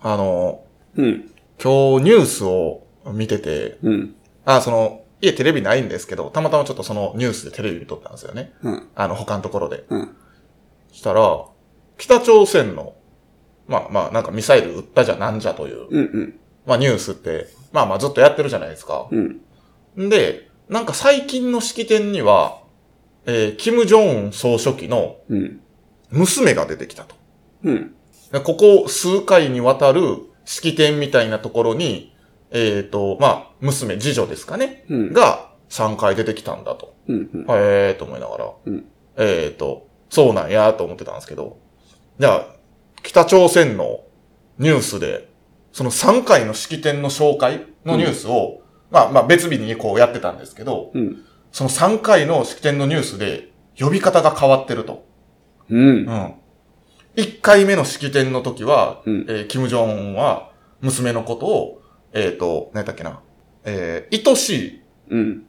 あの、うん。今日ニュースを見てて、うん。あ、その、家テレビないんですけど、たまたまちょっとそのニュースでテレビ見とったんですよね。うん。あの、他のところで。うん。したら、北朝鮮の、まあまあ、なんかミサイル撃ったじゃなんじゃという、うん。うん。まあニュースって、まあまあずっとやってるじゃないですか。うん。んで、なんか最近の式典には、えー、キム・ジョンウン総書記のうん。娘が出てきたと。うん。でここ数回にわたる式典みたいなところに、えっ、と、まあ、娘、次女ですかね、うん。が3回出てきたんだと。うん。うん。ええー、と思いながら、うんえーと、そうなんやと思ってたんですけど、じゃあ、北朝鮮のニュースで、その3回の式典の紹介のニュースを、まあまあ別日にこうやってたんですけど、うん。その3回の式典のニュースで呼び方が変わってると。うん。うん。1回目の式典の時は、うんえーキム・ジョンウンは娘のことを、えーと、何やったっけな、えー、愛しいうん。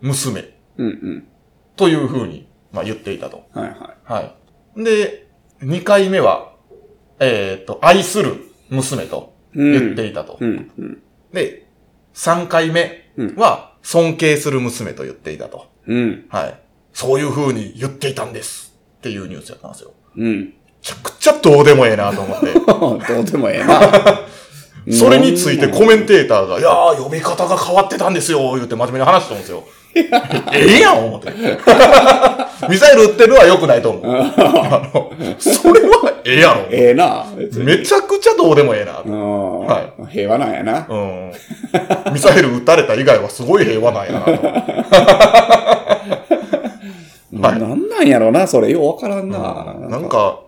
娘うん。うん。というふうに、まあ言っていたと。はいははい。で、2回目は、えっ、と、愛する娘とい。うん。言っていたと。うん。うん。で、3回目は、尊敬する娘と言っていたと。うん。はい。そういう風に言っていたんです。っていうニュースやったんですよ。うん。めちゃくちゃどうでもええなと思って。どうでもええな。それについてコメンテーターが、いやー、呼び方が変わってたんですよ、言って真面目に話したんですよ。 ええやん、思って。 ミサイル撃ってるは良くないと思う。あの それはええやろ。ええな。別にめちゃくちゃどうでもええな。ううんは平和なんやな。ん。ミサイル撃たれた以外はすごい平和なんやな。はいなんなんやろな、それ。ようわからんな。なん、か、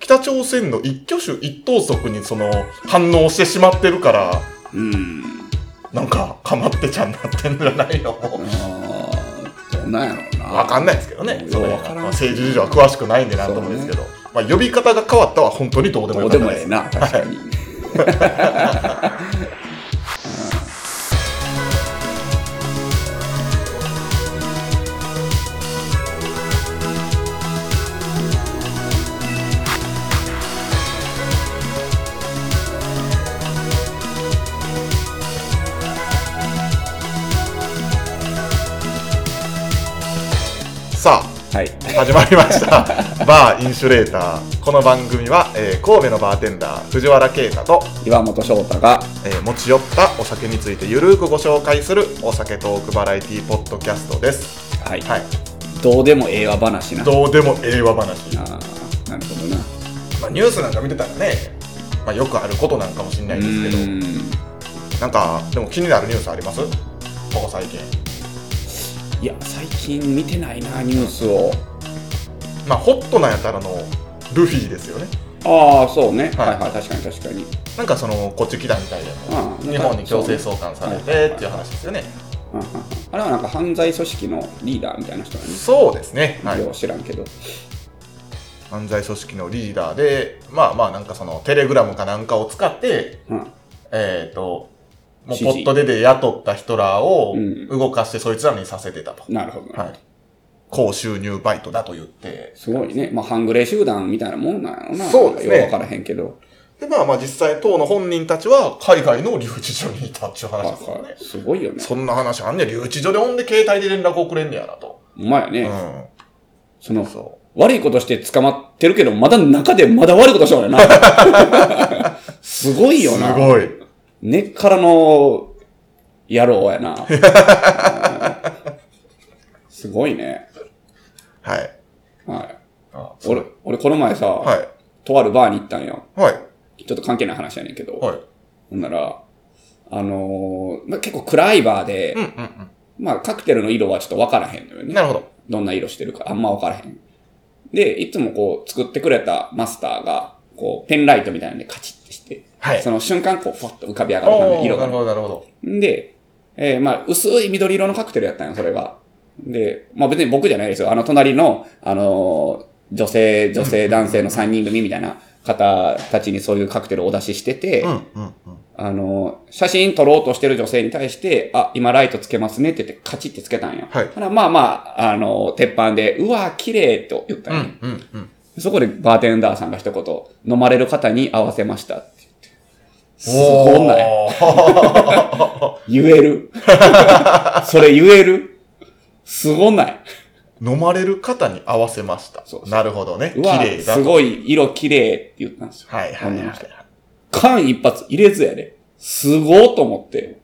北朝鮮の一挙手一投足にその反応してしまってるから、うん。なんか、かまってちゃんなってんじゃないのあーどうなんやろうな。わかんないですけどね。そようれわはからんまあ、政治事情は詳しくないんでなんともですけど。まあ、呼び方が変わったは本当にどうでもどようかでったもでええす。な、確かに。さあ、はい。始まりましたバーインシュレーターこの番組は、えー神戸のバーテンダー藤原啓太と、岩本翔太が、えー持ち寄ったお酒についてゆるーくご紹介するお酒トークバラエティポッドキャストですはい。はいどうでもええわ話な。どうでもええわ話、あーなるほどな。まあ、ニュースなんか見てたらね、まあ、よくあることなんかもしれないですけうどーんなんかでも気になるニュースありますここ最近いや、最近見てないな、ニュースを。まあホットなんやったらあのルフィですよねああ、そうね。はいはいはい、確かに確かに。なんかそのこっち来たみたいでああ日本に強制送還されてっていう話ですよねうんうんうんあれはなんか犯罪組織のリーダーみたいな人がね。そうですねはいよう知らんけど。犯罪組織のリーダーで、まあまあなんかそのテレグラムかなんかを使って、うん。えっ、と、もう指示ポットでで雇った人らをうん動かしてそいつらにさせてたと。なるほど。はい。高収入バイトだと言って。すごいね。まあ、半グレ集団みたいなもんなんやろな。そうですねようわからへんけど。で、まあまあ実際当の本人たちは海外の留置所にいたっていう話ですよはねい。すごいよね。そんな話あんねん留置所でほんで携帯で連絡をくれんねやなと。ほんまやうね。ん。その、そ悪いことして捕まってるけど、まだ中でまだ悪いことしよう よな。 すごう。いすよな。ごい。根っからの野郎 やな。うんすごいね。はい。はい。あ俺、俺この前さ、はい。とあるバーに行ったんよ。はい。ちょっと関係ない話やねんけど。はい。ほんなら、あのーまあ、結構暗いバーで、うんうんまあカクテルの色はちょっとわからへんのようん。ね。なるほど。どんな色してるか、あんまわからへん。で、いつもこう、作ってくれたマスターが、こう、ペンライトみたいなんでカチッてして、はいそ。の瞬間、こう、ふわっと浮かび上がる感おじ、ー色ながる。ほど、なるほど。んで、えーまあ、薄い緑色のカクテルやったんよ、それが。で、まあ別に僕じゃないですよ。あの、隣の、あのー女性、女性、男性の3人組みたいな方たちにそういうカクテルをお出ししてて、うんうんうん。あのー写真撮ろうとしてる女性に対して、あ、今ライトつけますねって言って、カチってつけたんよ。はいただまあまあ、あのー鉄板で、うわー、綺麗と言ったんうよ、んうんうん。そこでバーテンダーさんが一言、飲まれる方に合わせましたってすごない。言え る。それ言えるすごない。飲まれる方に合わせました。そうそうなるほどね。綺麗だ。すごい色綺麗って言ったんですよ。はいはい、はい。間一発入れずやで。すごーと思って。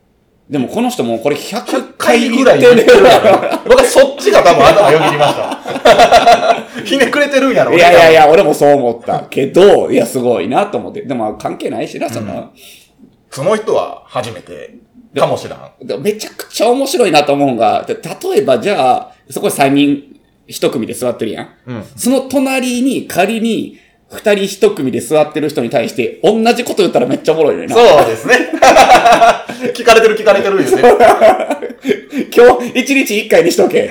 でもこの人もこれ100回ぐらい言ってるやろ。僕はそっちが多分頭よぎりました。 ひねくれてるんやろ。 いやいやいや、俺もそう思ったけど、いや、すごいなと思って。でも関係ないしな、その。うん、その人は初めてかもしらん。めちゃくちゃ面白いなと思うんが、例えばじゃあ、そこで3人1組で座ってるやん。うん、その隣に仮に、二人一組で座ってる人に対して、同じこと言ったらめっちゃおもろいねな。そうですね。 聞かれてる聞かれてるですね。今日、一日一回にしとけ。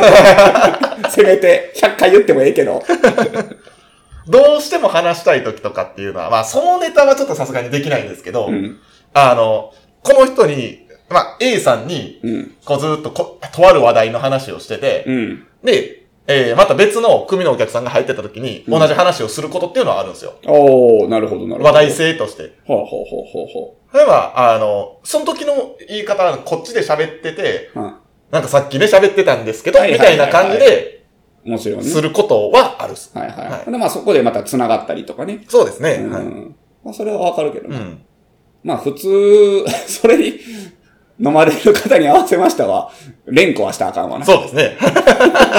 せめて、100回言ってもええけど。どうしても話したい時とかっていうのは、まあ、そのネタはちょっとさすがにできないんですけど、うん、あの、この人に、まあ、A さんに、うん、こうずっとこ、とある話題の話をしてて、うん、で、えー、また別の組のお客さんが入ってた時に、同じ話をすることっていうのはあるんですよ。うん、おおなるほど、なるほど。話題性として。ほうほうほうほうほう。例えば、あの、その時の言い方はこっちで喋ってて、うん、なんかさっきね、喋ってたんですけど、みたいな感じで、もちろんね。することはあるっす。はいはい。はい、で、まあそこでまた繋がったりとかね。、そうですね。うんはい、まあそれはわかるけどね。うん、まあ普通、 それに、飲まれる方に合わせましたは、連呼はしたらあかんわな。そうですね。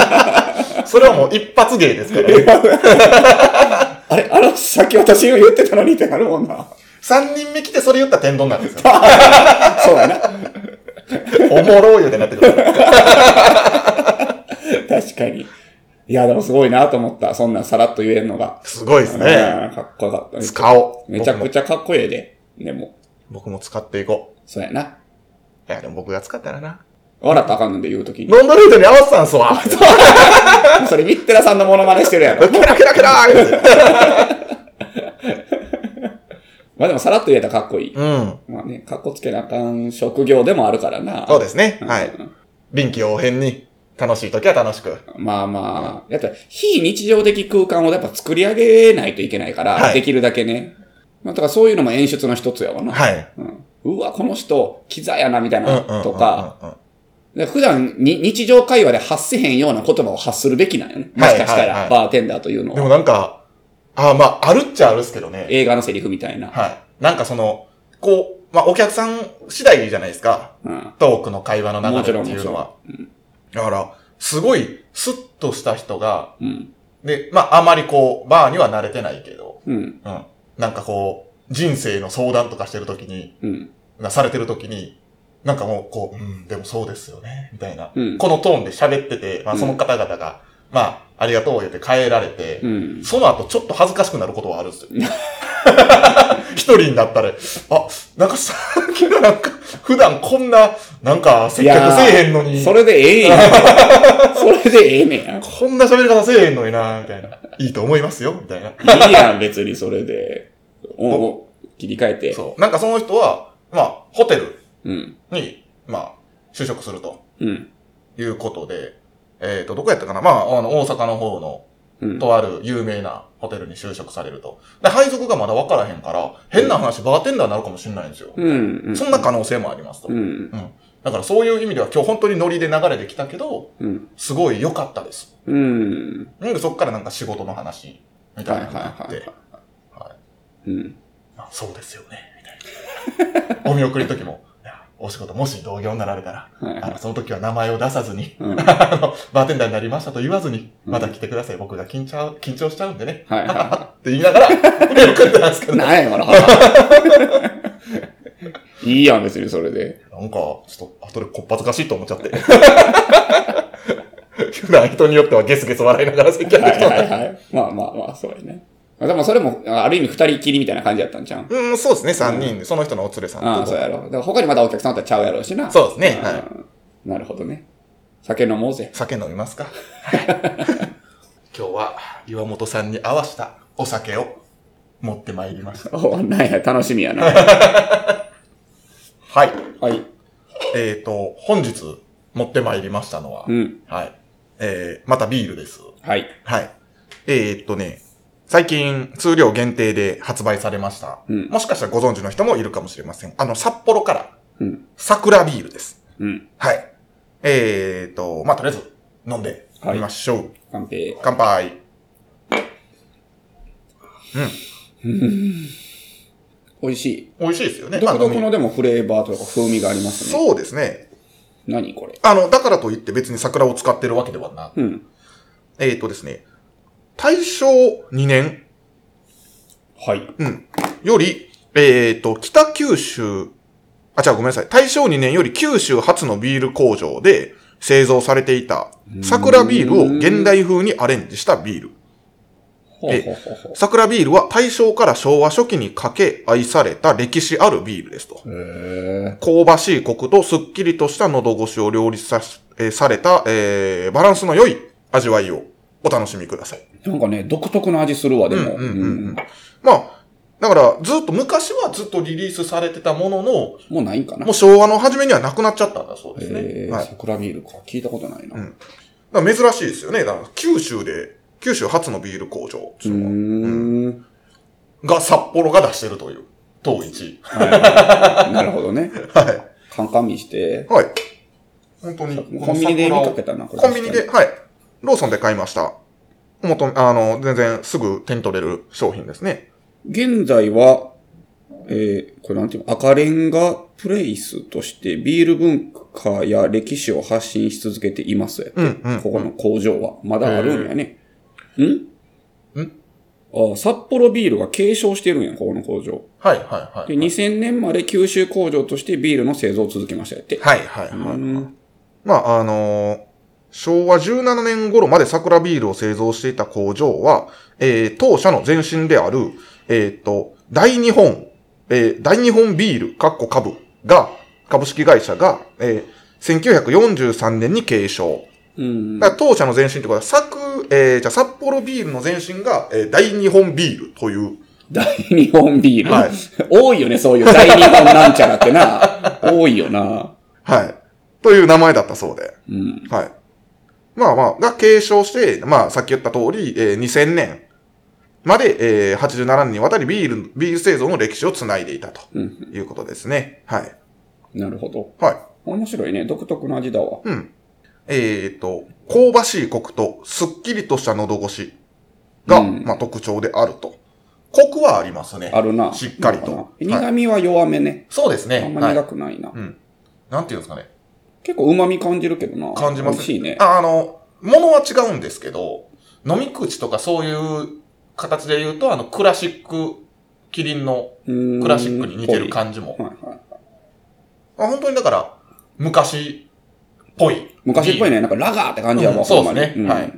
それはもう一発芸ですからね。あれ、あの、さっき私が言ってたのにってなるもんな。三人目来てそれ言ったら天丼なんですよ。 そうやな。おもろいよってなってくる。確かに。いや、でもすごいなと思った。そんなさらっと言えるのが。すごいですね。かっこよかった。使おう。めちゃくちゃかっこええで。でも。僕も使っていこう。そうやな。いや、でも僕が使ったらな。笑ったらあかんので言うときに。ノンドルートに合わせたんすわ。それ、ミッテラさんのモノマネしてるやろ。ケラケラケラまあでも、さらっと言えたらかっこいい。うん。まあね、かっこつけなあかん職業でもあるからな。そうですね。はい。臨機応変に、楽しいときは楽しく。まあまあ、やっぱ非日常的空間をやっぱ作り上げないといけないから、できるだけね。まあ、だからそういうのも演出の一つやわな。はい。うんうわ、この人、キザやな、みたいな、とか、普段に、日常会話で発せへんような言葉を発するべきなんよね。もしかしたら、バーテンダーというのでもなんか、ああ、まあ、あるっちゃあるっすけどね。映画のセリフみたいな。はい。なんかその、こう、まあ、お客さん次第じゃないですか。うん、トークの会話の中でっていうのは。うん、だから、すごい、スッとした人が、うん、で、まあ、あまりこう、バーには慣れてないけど、うん、うん。なんかこう、人生の相談とかしてるときに、うん、なされてるときに、なんかもう、こう、うん、でもそうですよね、みたいな。うん、このトーンで喋ってて、まあその方々が、うん、まあ、ありがとう言って帰られて、うん、その後ちょっと恥ずかしくなることはあるん ですよ。一人になったら、あ、なんかさっきのなんか、普段こんな、なんか、接客せえへんのに。それでええ やん。それでええねん。こんな喋り方せえへんのにな、みたいな。いいと思いますよ、みたいな。いいやん、別にそれで。を切り替えて。そう。なんかその人は、まあ、ホテルうに、ん、まあ、就職すると。うん。いうことで、えっ、ー、と、どこやったかなまあ、あの、大阪の方の、うん、とある有名なホテルに就職されると。で、配属がまだ分からへんから、変な話、バーテンダーになるかもしれないんですよ。うん、うん、そんな可能性もありますと。。うん。うんだからそういう意味では今日本当にノリで流れてきたけど、うん、すごい良かったです。うん。なんでそっからなんか仕事の話、みたいなのがあって。はいはいはいうん。そうですよね、みた いな。お見送りの時も、お仕事もし同業になられたら、あのその時は名前を出さずに、 うん、あの、バーテンダーになりましたと言わずに、また来てください。僕が緊張、緊張しちゃうんでね。、はいはい、はっいて言いながら、 目を食ってたんですけど。なんや このいいやん、別にそれで。なんか、ちょっと、後でこっぱずかしいと思っちゃって。 普段人によってはゲスゲス笑いながら接客してはいはい、はい、まあまあまあ、そうやね。でもそれも、ある意味二人きりみたいな感じだったんじゃん。うん、そうですね、三人、で、その人のお連れさんああ、そうやろ。で他にまたお客さんだったらちゃうやろうしな。。そうですね、はいなるほどね。酒飲もうぜ。酒飲みます か。今日は岩本さんに合わせたお酒を持ってまいりました。おなんや、楽し みやな。はい。はい。えっ、と、本日持ってまいりましたのは、うん、はい。えー、またビールです。はい。はい。えー、っとね、最近、数量限定で発売されました。うんもしかしたらご存知の人もいるかもしれません。あの、札幌から、うん。桜ビールです。うん。はい。えーと、まあ、とりあえず、飲んでみましょう。完璧。乾杯。美味しい。美味しいですよね。独特まあ飲のでもフレーバーというか風味がありまみすね。そうですね。何これ。あの、だからといって別に桜を使ってるわけではなく。うん。えーとですね、大正2年、はい。うん、より、えーと、北九州、あ、じゃあごめんなさい。大正2年より九州初のビール工場で製造されていた桜ビールを現代風にアレンジしたビール。ほうほうほうほう。桜ビールは大正から昭和初期にかけ愛された歴史あるビールですと。へ香ばしいコクとすっきりとした喉越しを両立さし、えーされた、えーバランスの良い味わいをお楽しみください。え。なんかね、独特の味するわ、でうも。んうんうんうんまあ、だからずっと昔はずっとリリースされてたものの、もうないんかなもう。昭和の初めにはなくなっちゃったんだそうですね。えはー、い。桜ビールか。聞いたことないな。んうだから珍しいですよね。だから九州で、九州初のビール工場っていうのはーん。が札幌が出してるという、当一。なるほどね。はい。カンカン見して。はい。本当に、コこのンビニで見桜をかけたな、これ。コンビニで、はい。ローソンで買いました。もと、あの、全然すぐ手に取れる商品ですね。現在は、えー、これなんていうの、赤レンガプレイスとしてビール文化や歴史を発信し続けていますやって。うんうんここの工場は。まだあるんやね。んんああ札幌ビールが継承してるんや、ここの工場。はいはいはで、。2000年まで九州工場としてビールの製造を続けましたやって。はいはいはい。うんまあ、あのー昭和17年頃まで桜ビールを製造していた工場は、えー当社の前身である、えーっ、と、大日本、えー大日本ビール、かっこ株が、株式会社が、えー1943年に継承。うん。だから当社の前身ってことは、さく、えーじゃあ札幌ビールの前身が、えー大日本ビールという、大日本ビール。はい多いよね、そういう大日本なんちゃらってな。多いよな。はい、という名前だったそうで。うん。はい。まあまあ、が継承して、まあさっき言った通り、えー2000年まで、えー87年にわたりビール、ビール製造の歴史をつないでいたとうん。いうことですね。はい。なるほど。はい。面白いね。独特の味だわ。うん。えっ、と、香ばしいコクとすっきりとした喉越しが、うんまあ特徴であると。コクはありますね。あるな。しっかりとなんかはない苦味は弱めね。そうですねあんまはい苦くないな。うん。なんていうんですかね。結構旨味感じるけどな。感じます美味しいね。ああの、ものは違うんですけど、飲み口とかそういう形で言うと、あの、クラシック、キリンのククラシックに似てる感じも。はいはい。あ本当にだから、昔っぽい。昔っぽいね。なんかラガーって感じやわ、うんほんまにそうですねんはい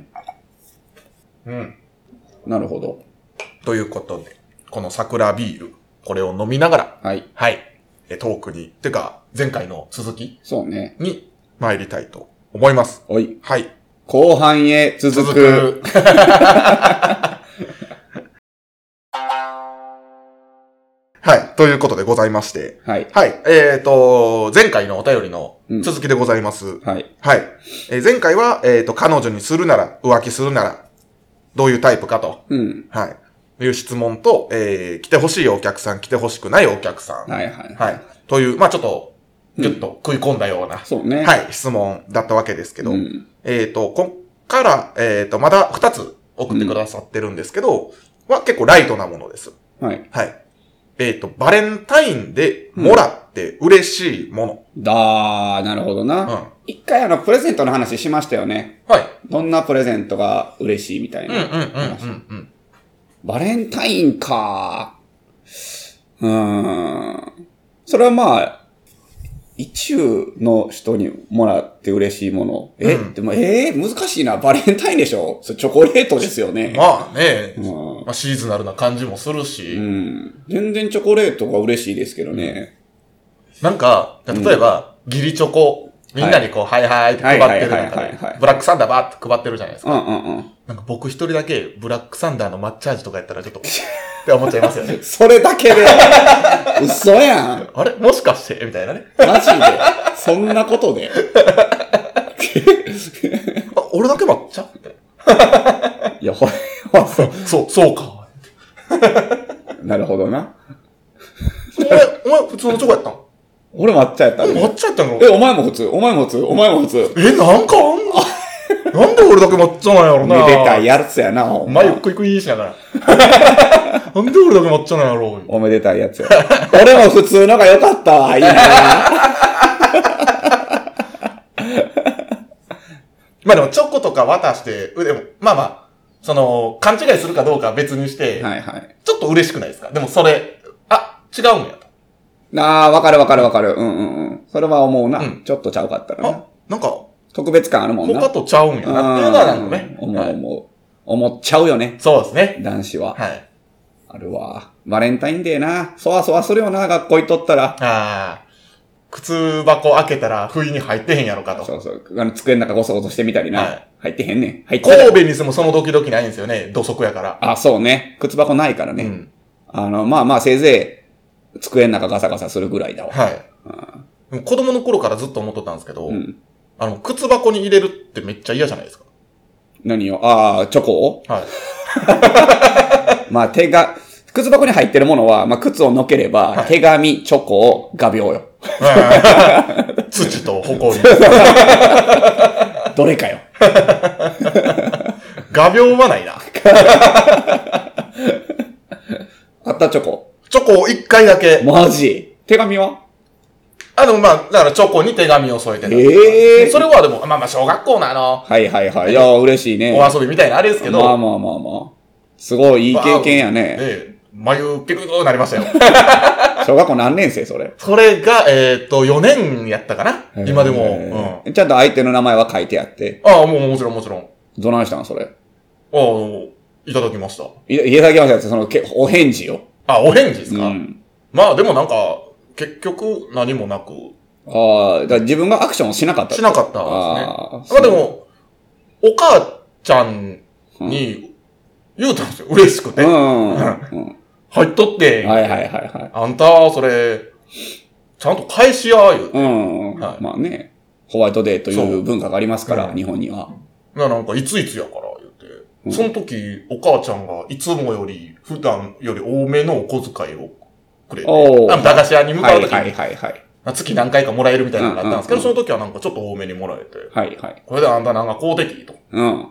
うん。なるほど。ということで、この桜ビール、これを飲みながら、はい。はい、えトークに、てか、前回の続きそうね。に参りたいと思います。おい。はい。後半へ続く。。 はい。ということでございまして。はい。はい。えっ、と、前回のお便りの続きでございます。はい。はい。えー前回は、えっ、と、彼女にするなら、浮気するなら、どういうタイプかと。うん。はい。いう質問と、えー、来てほしいお客さん、来てほしくないお客さん。はいはい。はい。という、まあちょっと、ぎゅっと食い込んだような、そうね。はい、質問だったわけですけど、うんえっ、と、こっから、えっ、と、まだ2つ送ってくださってるんですけど、は結構ライトなものです。はい。はい。えっ、と、バレンタインでもらって嬉しいもだー、なるほの。どうん。な。一回あの、プレゼントの話しましたよね。はい。どんなプレゼントが嬉しいみたいうんうんな。うんうんうん。バレンタインかうーん。それはまあ、一中の人にもらって嬉しいもの。え、うんでも、えー、難しいな。バレンタインでしょそれチョコレートですよね。まあね、うんまあ、シーズナルな感じもするし、うん。全然チョコレートが嬉しいですけどね。なんか、例えば、ギリチョコ、みんなにこう、はいはいって配ってるはいはいはいはい中はでい、ブラックサンダーバーって配ってるじゃないですうか。んうんうん。なんか僕一人だけ、ブラックサンダーの抹茶味とかやったらちょっと、って思っちゃいますよ ね。それだけで嘘やんあれもしかしてみたいなね。マジでそんなことであ、俺だけ抹茶みたいいや、ほら、そうな。そう、そうか。なるほどな。お前、お前普通のチョコやったん俺抹茶やったお前ね。抹茶やったんやえ、ろお前も普通お前も普通お前も普通え、なんかあんな。なんで俺だけ抹茶なんやろな。めでたいやつやな、ほおんま前ゆっくりくいしなが ら。なんで俺だけ抹茶なんやろう。おめでたいやつや。俺も普通のが良かったわ、い いな。まあでもチョコとか渡して、うでも、まあまあ、その、勘違いするかどうかは別にして、はいはい。ちょっと嬉しくないですかでもそれ、あ、違うんやと。ああ、わかるわかるわかる。うんうんうん。それは思うな。うんちょっとちゃうかったらあな。、なんか、特別感あるもんな。他とちゃうんやなっていうのはなんかね。うん思うはい思う。思っちゃうよね。そうですね。男子は。はい。あるわ。バレンタインデーな。そわそわするよな、学校行っとったら。ああ、靴箱開けたら不意に入ってへんやろかと。そうそう。あの、机の中ごそごそしてみたりな。はい入ってへんねん。入ってたら神戸に住むそのドキドキないんですよね。土足やから。あ、そうね。靴箱ないからね。うん。あの、まあまあ、せいぜい、机の中ガサガサするぐらいだわ。はい。でも子供の頃からずっと思っとったんですけど、うん。あの、靴箱に入れるってめっちゃ嫌じゃないですか。何をああ、チョコをはい。 まあ、手が、靴箱に入ってるものは、まあ、靴をのければ、はい手紙、チョコ、画鋲よ。土と 埃。どれかよ。画鋲はないな。あったチョコ。チョコを一回だけ。マジ手紙はあ、でもまあ、だからチョコに手紙を添えてたええそれはでも、まあまあ、小学校のあの、はいはいはい。いやー、嬉しいね。お遊びみたいなあれですけど、まあまあまあまあ。すごいいい経験やね。ええ、眉毛くなりましたよ。小学校何年生それ。それが、えっと、4年やったかな 今でも。うん。ちゃんと相手の名前は書いてあって。うん。ああ、もうもちろんもちろん。あどないしたんそれ。あ、もういただきました。いいただきましたって、その、けお返事よ。あ、お返事ですうかん。まあでもなんか、結局何もなく、ああ、だから自分がアクションをしなかったって。しなかったあですーね。まあでも、お母ちゃんに言うたんですよ。嬉しくうて。ん。う んうん入っとって、はいはいはいはい。あんた、それ、ちゃんと返しや、言うて。うん。はいまあね、ホワイトデーといそうう文化がありますから、うん日本には。ななんか、いついつやから、言うて。うんその時、お母ちゃんが、いつもより、普段より多めのお小遣いをくれて、おーあの駄菓子屋に向はかうい時はいに、はいはい。月何回かもらえるみたいなのがあったんですけど、うんうんその時はなんかちょっと多めにもらえて、はいはい。これであんたなんか公的と。うん。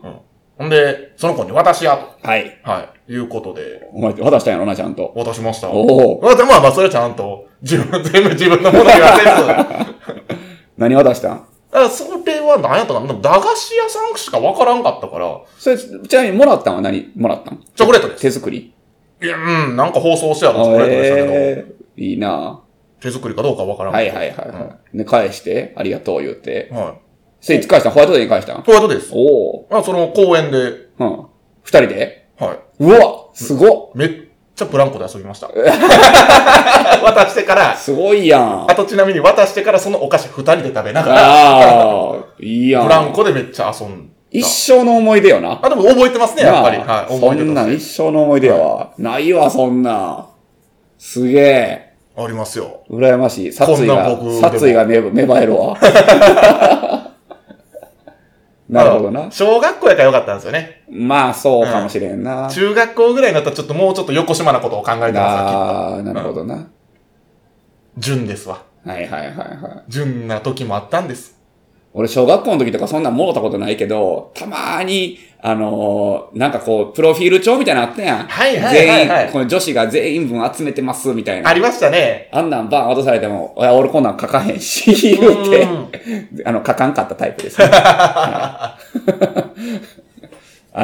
ほんで、その子に渡しや、と。はい。はい。いうことで、お前、渡したんやろな、ちゃんと。渡しました。おお。まあ、でもまあまあ、それはちゃんと、自分、全部自分のものにはせず。 だか 何渡したんら、それは何やったかな。でも駄菓子屋さんしかわからんかったから、それ、ちなみにもらったんは何もらったんチョコレートです。手作り。いや、うん、なんか放送してやろ、チョコレートでしたけど、えーいいな手作りかどうかわからんはいははいはいはい。で、返して、ありがとう言って。い。はい。それいつ返したんホワイトデーに返したんホワイトです。おお。あ、その公園で、うん。二人ではうわすごっい。めっちゃブランコで遊びま した。渡してから、すごいやん。あとちなみに渡してからそのお菓子二人で食べながら、ああ、いいやん。ブランコでめっちゃ遊んだ一。生の思い出よな。あ、でも覚えてますね、やっぱり。なはい。そ覚えてんまなんす。一生の思い出やわ。ないわ、そんなん。すげえ。ありますよ。羨ましい。殺意がこんなん僕で、も殺意が芽芽生える わ。なるほどあなの。小学校やからよかったんですよね。まあ、そうかもしれんな。中学校ぐらいになったらちょっともうちょっと横島なことを考えてます、さっああ、なるほどな。き。純ですわ。はいはいはいはい。純な時もあったんです。俺、小学校の時とかそんなんもろたことないけど、たまーに、あのーなんかこう、プロフィール帳みたいなのあったやん。はいはいはいはい全員、この女子が全員分集めてます、みたいな。ありましたね。あんなんバーン落とされても、いや、俺こんなん書かへんし、言うて、あの、書かんかったタイプです、ね。あ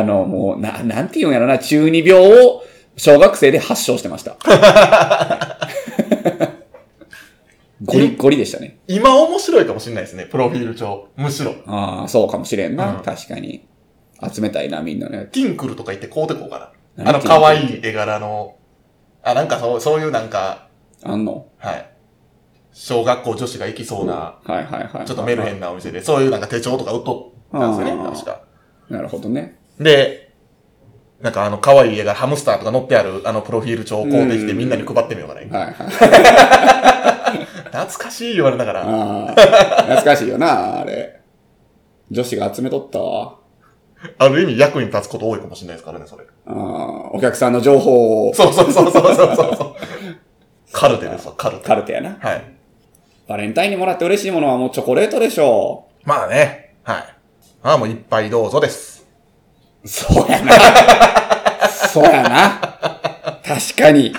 の、もう、な、なんて言うんやろな、中二病を小学生で発症してました。ゴリゴリでしたね。今面白いかもしれないですね、プロフィール帳。むしろ。ああ、そうかもしれんな、うん確かに。集めたいな、みんなのやつ。ティンクルとか言ってこうてこうかな。あ何の、可愛い絵柄の、あ、なんかそう、そういうなんか、あんのはい。小学校女子が行きそうな、はいはいはい。ちょっとメルヘンなお店で、そういうなんか手帳とか売っとったんですよね、あー確か。なるほどね。で、なんかあの、可愛い絵がハムスターとか載ってある、あの、プロフィール帳をこうできてうんみんなに配ってみようかね。はいはい。懐かしい言われながら。ああ、懐かしいよな、あれ。女子が集めとったわ。ある意味役に立つこと多いかもしれないですからね、それ。あーお客さんの情報を、そうそうそうそうそうそう。カルテですわ、カルテ。カルテやな。はい。バレンタインにもらって嬉しいものはもうチョコレートでしょまあね。はい。ああ、もういっぱいどうぞです。う。そうやな。そうやな。確かに。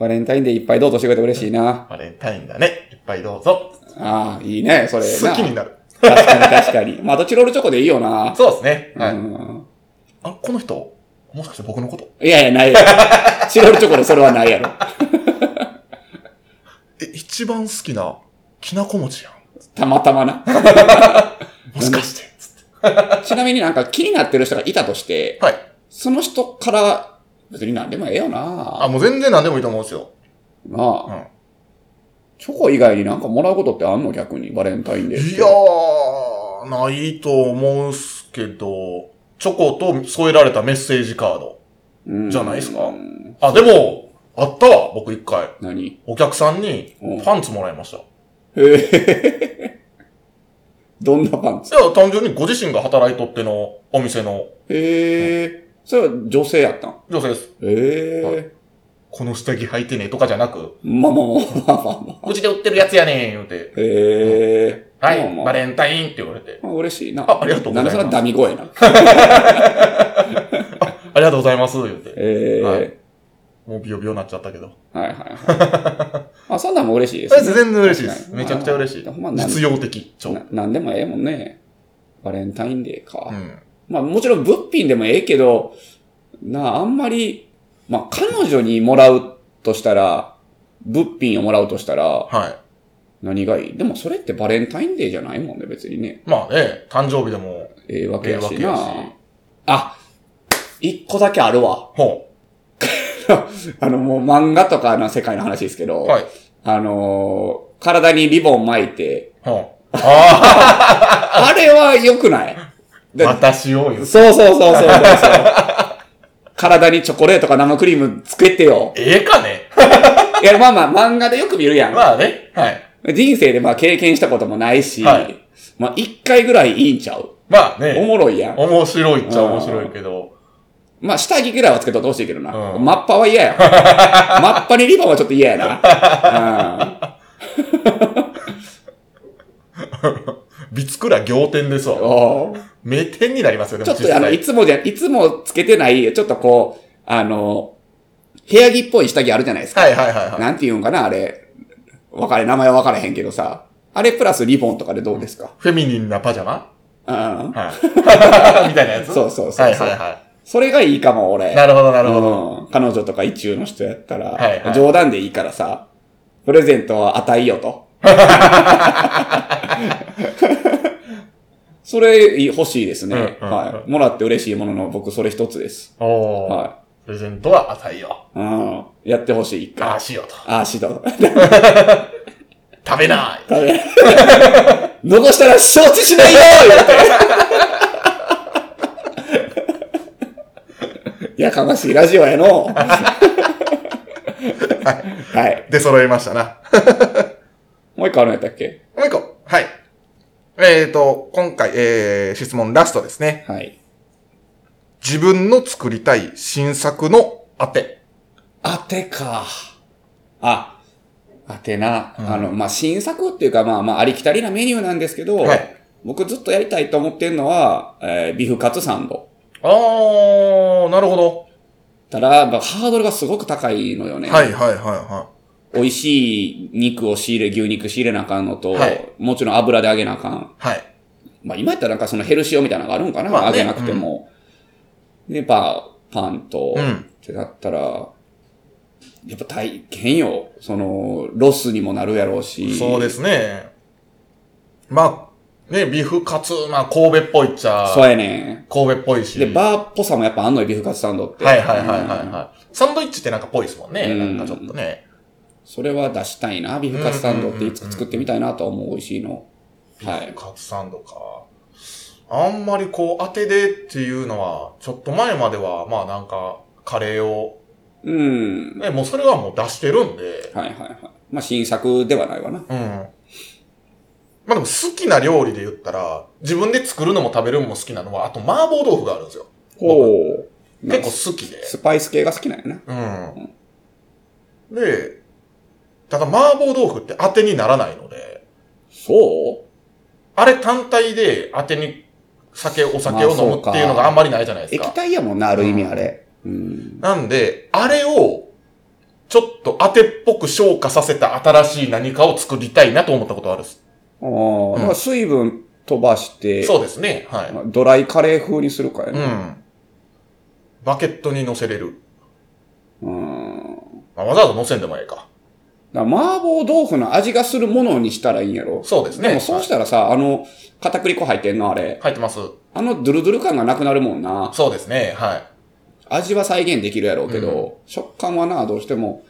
バレンタインでいっぱいどうぞしてくれて嬉しいな。バレンタインだね。いっぱいどうぞ。ああ、いいね、それな。好きになる。確かに確かに。まあ、どチロールチョコでいいよな。そうですね。はうい。んあ、この人、もしかして僕のこといやいや、ないやろ。チロールチョコでそれはないやろ。え、一番好きな、きなこ餅やん。たまたまな。もしかして。つっちなみになんか気になってる人がいたとして、てはい。その人から、別に何でもええよあ、な。もう全然何でもいいと思うんですよ。なあ、うんチョコ以外になんかもらうことってあんの逆に、バレンタインデーって。いやー、ないと思うんすけど、チョコと添えられたメッセージカード。うんじゃないっすかうんあ、でも、あったわ、僕一回。何お客さんにうんパンツもらいました。い どんなパンツや、単純にご自身が働いとってのお店のへえ。それは女性やったん女性です。へはえ。この下着履いてねとかじゃなく、まあまあまあまあまあまあ。うちで売ってるやつやねん、言うて。へえ。はまあい、まあバレンタインって言われて。まあ、嬉しいな。あありがとうございますなんでそれはダミ声な。ありがとうございます、言うて。ええはいもうビヨビヨになっちゃったけど。はいは いはい。あ、そんなんも嬉しいでそれす、ね。全然嬉しいです。確かにめちゃくちゃ嬉しいあほんま。なん実用的。超。ななんでもええもんね。バレンタインデーか。うん。まあもちろん物品でもええけど、なあ、あんまり、まあ彼女にもらうとしたら、物品をもらうとしたら、はい。何がいいでもそれってバレンタインデーじゃないもんね、別にね。まあね、誕生日でも、ええわけやしええな。わけやしあ、一個だけあるわ。ほあのもう漫画とかの世界の話ですけど、う。はい。あのー体にリボン巻いて、ほ う。ああれは良くないあ、だ私を言そうう。そうそうそ うそうそう。体にチョコレートか生クリームつけてよ。ええかねいや、まあまあ、漫画でよく見るやん。まあね。はい。人生でまあ経験したこともないし、はいまあ一回ぐらいいいんちゃう。まあおね、もろいやん。面白いっちゃ面白いけど、まあ下着ぐらいはつけとってほしいけどな。うんマッパは嫌 や。マッパにリボンはちょっと嫌やな。ビツクラ仰天ですうん、わ。おー名店になりますよね、ちょっ実とあの、際いつもじゃ、いつもつけてない、ちょっとこう、あの、部屋着っぽい下着あるじゃないですか。はいはいはいはい。なんて言うんかな、あれ。わかれ、名前はわからへんけどさ。あれプラスリボンとかでどうですかフェミニンなパジャマうん。 はい。みたいなやつそうそうそうそうはいはいはそれがいいかも、い。俺。なるほどなるほど。うん。彼女とか一中の人やったら、はいはい冗談でいいからさ、プレゼントは与えよ と。それいい欲しいですね、うんうんはい。もらって嬉しいものの僕それ一つです。おー、はプレゼントは浅いよ。い。うん。やってほしい一回。あああしようと。あ、しど。食べない。残したら承知しないよ言 うてやかましいラジオやの。はい。で、揃えましたな。もう一個あるんやったっけもう一個。はい。えーと、今回、えー、質問ラストですね。はい。自分の作りたい新作の当て。当てか。あ、当てな。うんあの、まあ、新作っていうか、まあまあ、ありきたりなメニューなんですけど、はい僕ずっとやりたいと思ってるのは、えービーフカツサンド。あー、なるほど。ただ、まあハードルがすごく高いのよね。はいはいはいは美味しい肉を仕入れ、牛肉仕入れなあかんのと、はいもちろん油で揚げなあかん。い。はい。まあ今やったらなんかそのヘルシオみたいなのがあるんかな、まあね揚げなくても。で、パパンと、うんってなったら、やっぱ大変よ。その、ロスにもなるやろうし。そうですね。まあ、ね、ビーフカツ、まあ神戸っぽいっちゃ、そうやね神戸っぽいし。で、バーっぽさもやっぱあんのよ、ビーフカツサンドって。はいはいはいはいうんはい。サンドイッチってなんかぽいですもんね。うんなんかちょっとね。それは出したいな、ビーフカツサンドっていつか作ってみたいなとは思う、美味しいの。はい。カツサンドか。あんまりこう当てでっていうのは、ちょっと前までは、まあなんか、カレーを、うん。ね、もうそれはもう出してるんで、はいはいはい。まあ新作ではないわな。うん。ままあでも好きな料理で言ったら、自分で作るのも食べるのも好きなのは、あと麻婆豆腐があるんですよ。ほう。なんか結構好きで。スパイス系が好きなんやな。うん。で、ただ麻婆豆腐って当てにならないので、そあれ単体で当てに酒、お酒を飲むっていうのまあそうかがあんまりないじゃないですうか。液体やもんな、ある意味うんあれ。うん。なんで、あれを、ちょっと当てっぽく昇華させた新しい何かを作りたいなと思ったことはあるっす。ああ、なんか水分飛ばして、そうですね。はい。まあドライカレー風にするかやうね。ん。バケットに乗せれる。うん。まだあ、わざわざ乗せんでもええか。から麻婆豆腐の味がするものにしたらいいんやろ。そうですね。でもそうしたらさ、あの、片栗粉入ってんのあれ。はい入ってます。あのドゥルドゥル感がなくなるもんな。そうですね。はい。味は再現できるやろうけど、食感はな、どうしても、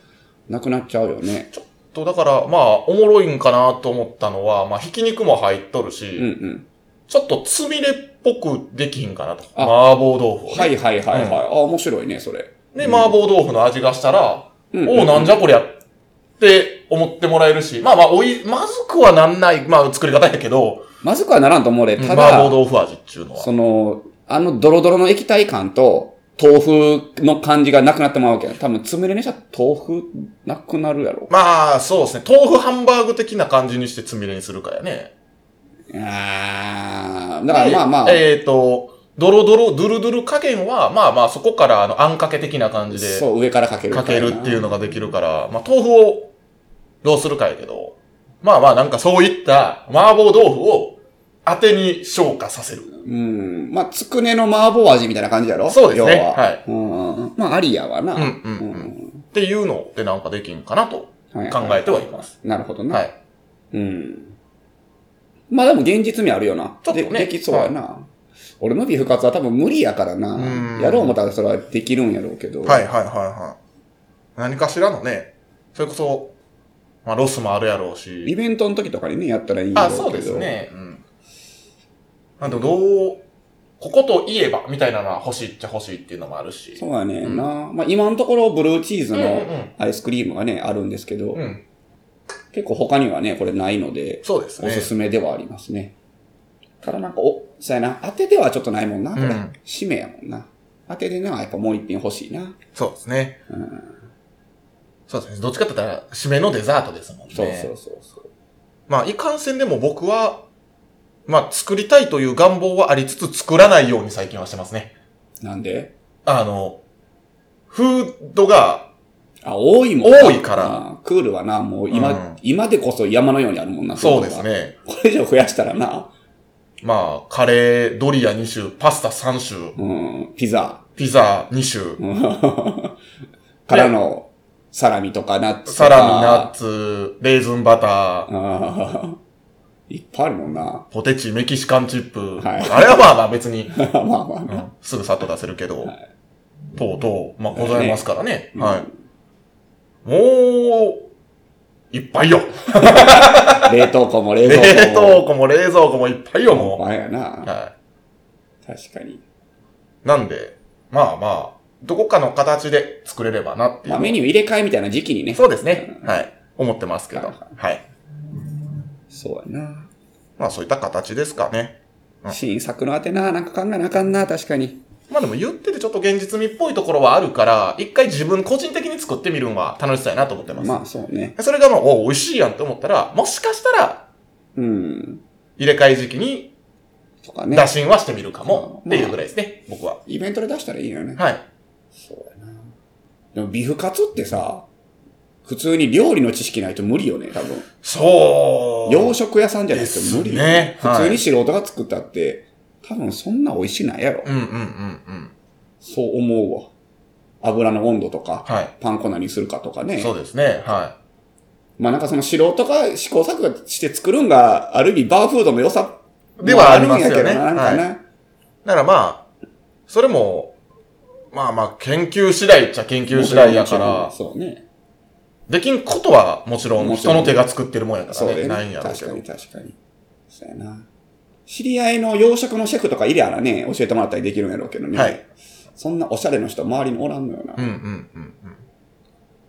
なくなっちゃうよね。と、だから、まあ、おもろいんかなと思ったのは、まあ、ひき肉も入っとるし、うんうん。ちょっとつみれっぽくできひんかなと。あ麻婆豆腐をね、はいはいはいはい。うんあ、面白いね、それ。で、麻婆豆腐の味がしたら、う んおお、なんじゃこりゃって思ってもらえるし、まあまあ、おい、まずくはなんない、まあ、作り方やけど、まずくはならんと思うで、うんた麻婆だ、豆腐味っていうのは。その、あのドロドロの液体感と、豆腐の感じがなくなってまうわけや。多分、つむれにしたら豆腐なくなるやろ。まあ、そうですね。豆腐ハンバーグ的な感じにしてつみれにするかやね。あー。だからまあまあ、えっ、えーと、ドロドロ、ドゥルドゥル加減は、まあまあ、そこから、あの、あんかけ的な感じで、そう、上からかけるみかたけいな。るっていうのができるから、まあ、豆腐をどうするかやけど、まあまあ、なんかそういった麻婆豆腐を当てに昇華させる。うん。まあ、つくねの麻婆味みたいな感じやろそうですね要は。はいうんうん。まあ、ありやわな。うんうんうんっていうのってなんかできんかなとうんはい考えてはいます。なるほどな。はい。うん。まあでも現実味あるよな。ちょっとねでできそうやな。俺の美復活は多分無理やからなうん。やろう思ったらそれはできるんやろうけど。はいはいはいはい。何かしらのね、それこそ、まあロスもあるやろうイし。ベントの時とかにね、やったらいいんやろあ、うけど。そうです。ね。うん。なんでどう、ここと言えばみたいなのは欲しいっちゃ欲しいっていうのもあるし。そうやねんな。まあ今のところブルーチーズうんうんうのんアイスクリームがね、あるんですけど、うん。結構他にはね、これないので、そうですおね。すすめではありますね。ただなんか、お、そうやな。当てではちょっとないもんな、これ。うん使命やもんな。当てでな、やっぱもう一品欲しいな。そうですね。そうですね。どっちかって言ったら、締めのデザートですもんね。そうそうそうそう。まあ、いかんせんでも僕は、まあ、作りたいという願望はありつつ作らないように最近はしてますね。なんであの、フードが、あ、多いもん多いからあークールはな、もう今、うん今でこそ山のようにあるもんな。そうですいね。ことが。これ以上増やしたらな、まあ、カレー、ドリア2種、パスタ3種、うん、ピザ、 ピザ2種、からの、サラミとかナッツとサか。ラミ、ナッツ、レーズンバター、あーいっぱいあるもんな。 ポテチ、メキシカンチップ。はいあれはまあまあ別に、まあまあうな。んすぐさっと出せるけど、とうとう、まあございますからね。うんはい。もう、いっぱいよ。冷凍庫も冷蔵庫も。冷凍庫も冷蔵庫もいっぱいよ、もまあやう。な。は確かに。い。なんで、まあまあ、どこかの形で作れればなっていう。まあメニュー入れ替えみたいな時期にね。そうですね。はい。思ってますけど。はい。そうやな。まあそういった形ですかね。新作のあてな、なんか考えなあかんな、確かに。まあでも言っててちょっと現実味っぽいところはあるから、一回自分個人的に作ってみるのは楽しそうやなと思ってます。まあそうね。それがもう、お美味しいやんって思ったら、もしかしたら、うん。入れ替え時期にとかね。打診はしてみるかも、うんっていうぐらいですね、僕は。イベントで出したらいいよね。はい。そうやな。でも、ビフカツってさ、普通に料理の知識ないと無理よね、多分。そう。洋食屋さんじゃないと無理よでね。すねはい普通に素人が作ったって、多分そんな美味しないやろ。うんうんうんうん。そう思うわ。油の温度とか、はい。パン粉何するかとかねそ。うですね、はい。まあなんかその素人が試行錯誤して作るんが、ある意味バーフードの良さではありもますよねあるんやけどななんかね。だからまあ、それも、まあまあ、研究次第っちゃ研究次第やから、そうね。できんことはもちろんもち人ろんの手が作ってるもんやかそうらだね、よないんね。やろうけ確かどに。確かに。そうやな。知り合いの洋食のシェフとかいりゃらね、教えてもらったりできるんやろうけどね。はいそんなおしゃれの人周りにおらんのよな。うんうんうんうん。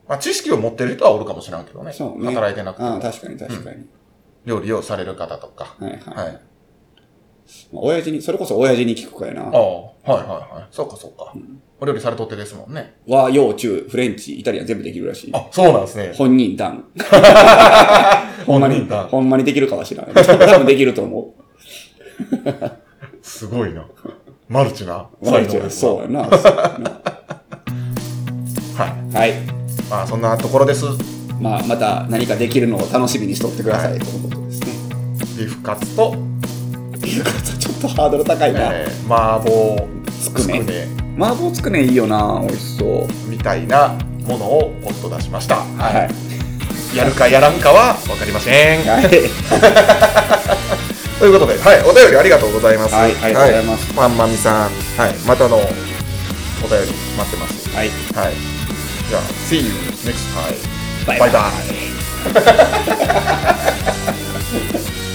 まあ、知識を持ってる人はおるかもしれんけどね。そうね。働いてなくてああも。確かに確かに。料理をされる方とか。はいはい。はい。まあ親父に、それこそ親父に聞くかやなあ。あ、はいはいはい。そうかそうか。お料理されとってですもんね。和、洋、中、フレンチ、イタリアン全部できるらしい。あ、そうなんですね。本人談。ほんまに。ほんまにできるかは知らん。多分できると思う。すごいな。マルチな。割とう。そうやな。そうやなははい。い。まあそんなところです。まあ、また何かできるのを楽しみにしとってください、はいということですね。ビーフカツと、いやちょっとハードル高いな。えー、麻婆つくつくね。ね麻婆つくねいいよな。美味しそう。みたいなものをポッと出しました。はい。やるかやらんかはわかりません。はい。ということで、はい、お便りありがとうございます。はいありがとうございますはまんまみさん、はい、またのお便り待ってます。はい。はい。じゃあ、see you next time. バイババイイバイ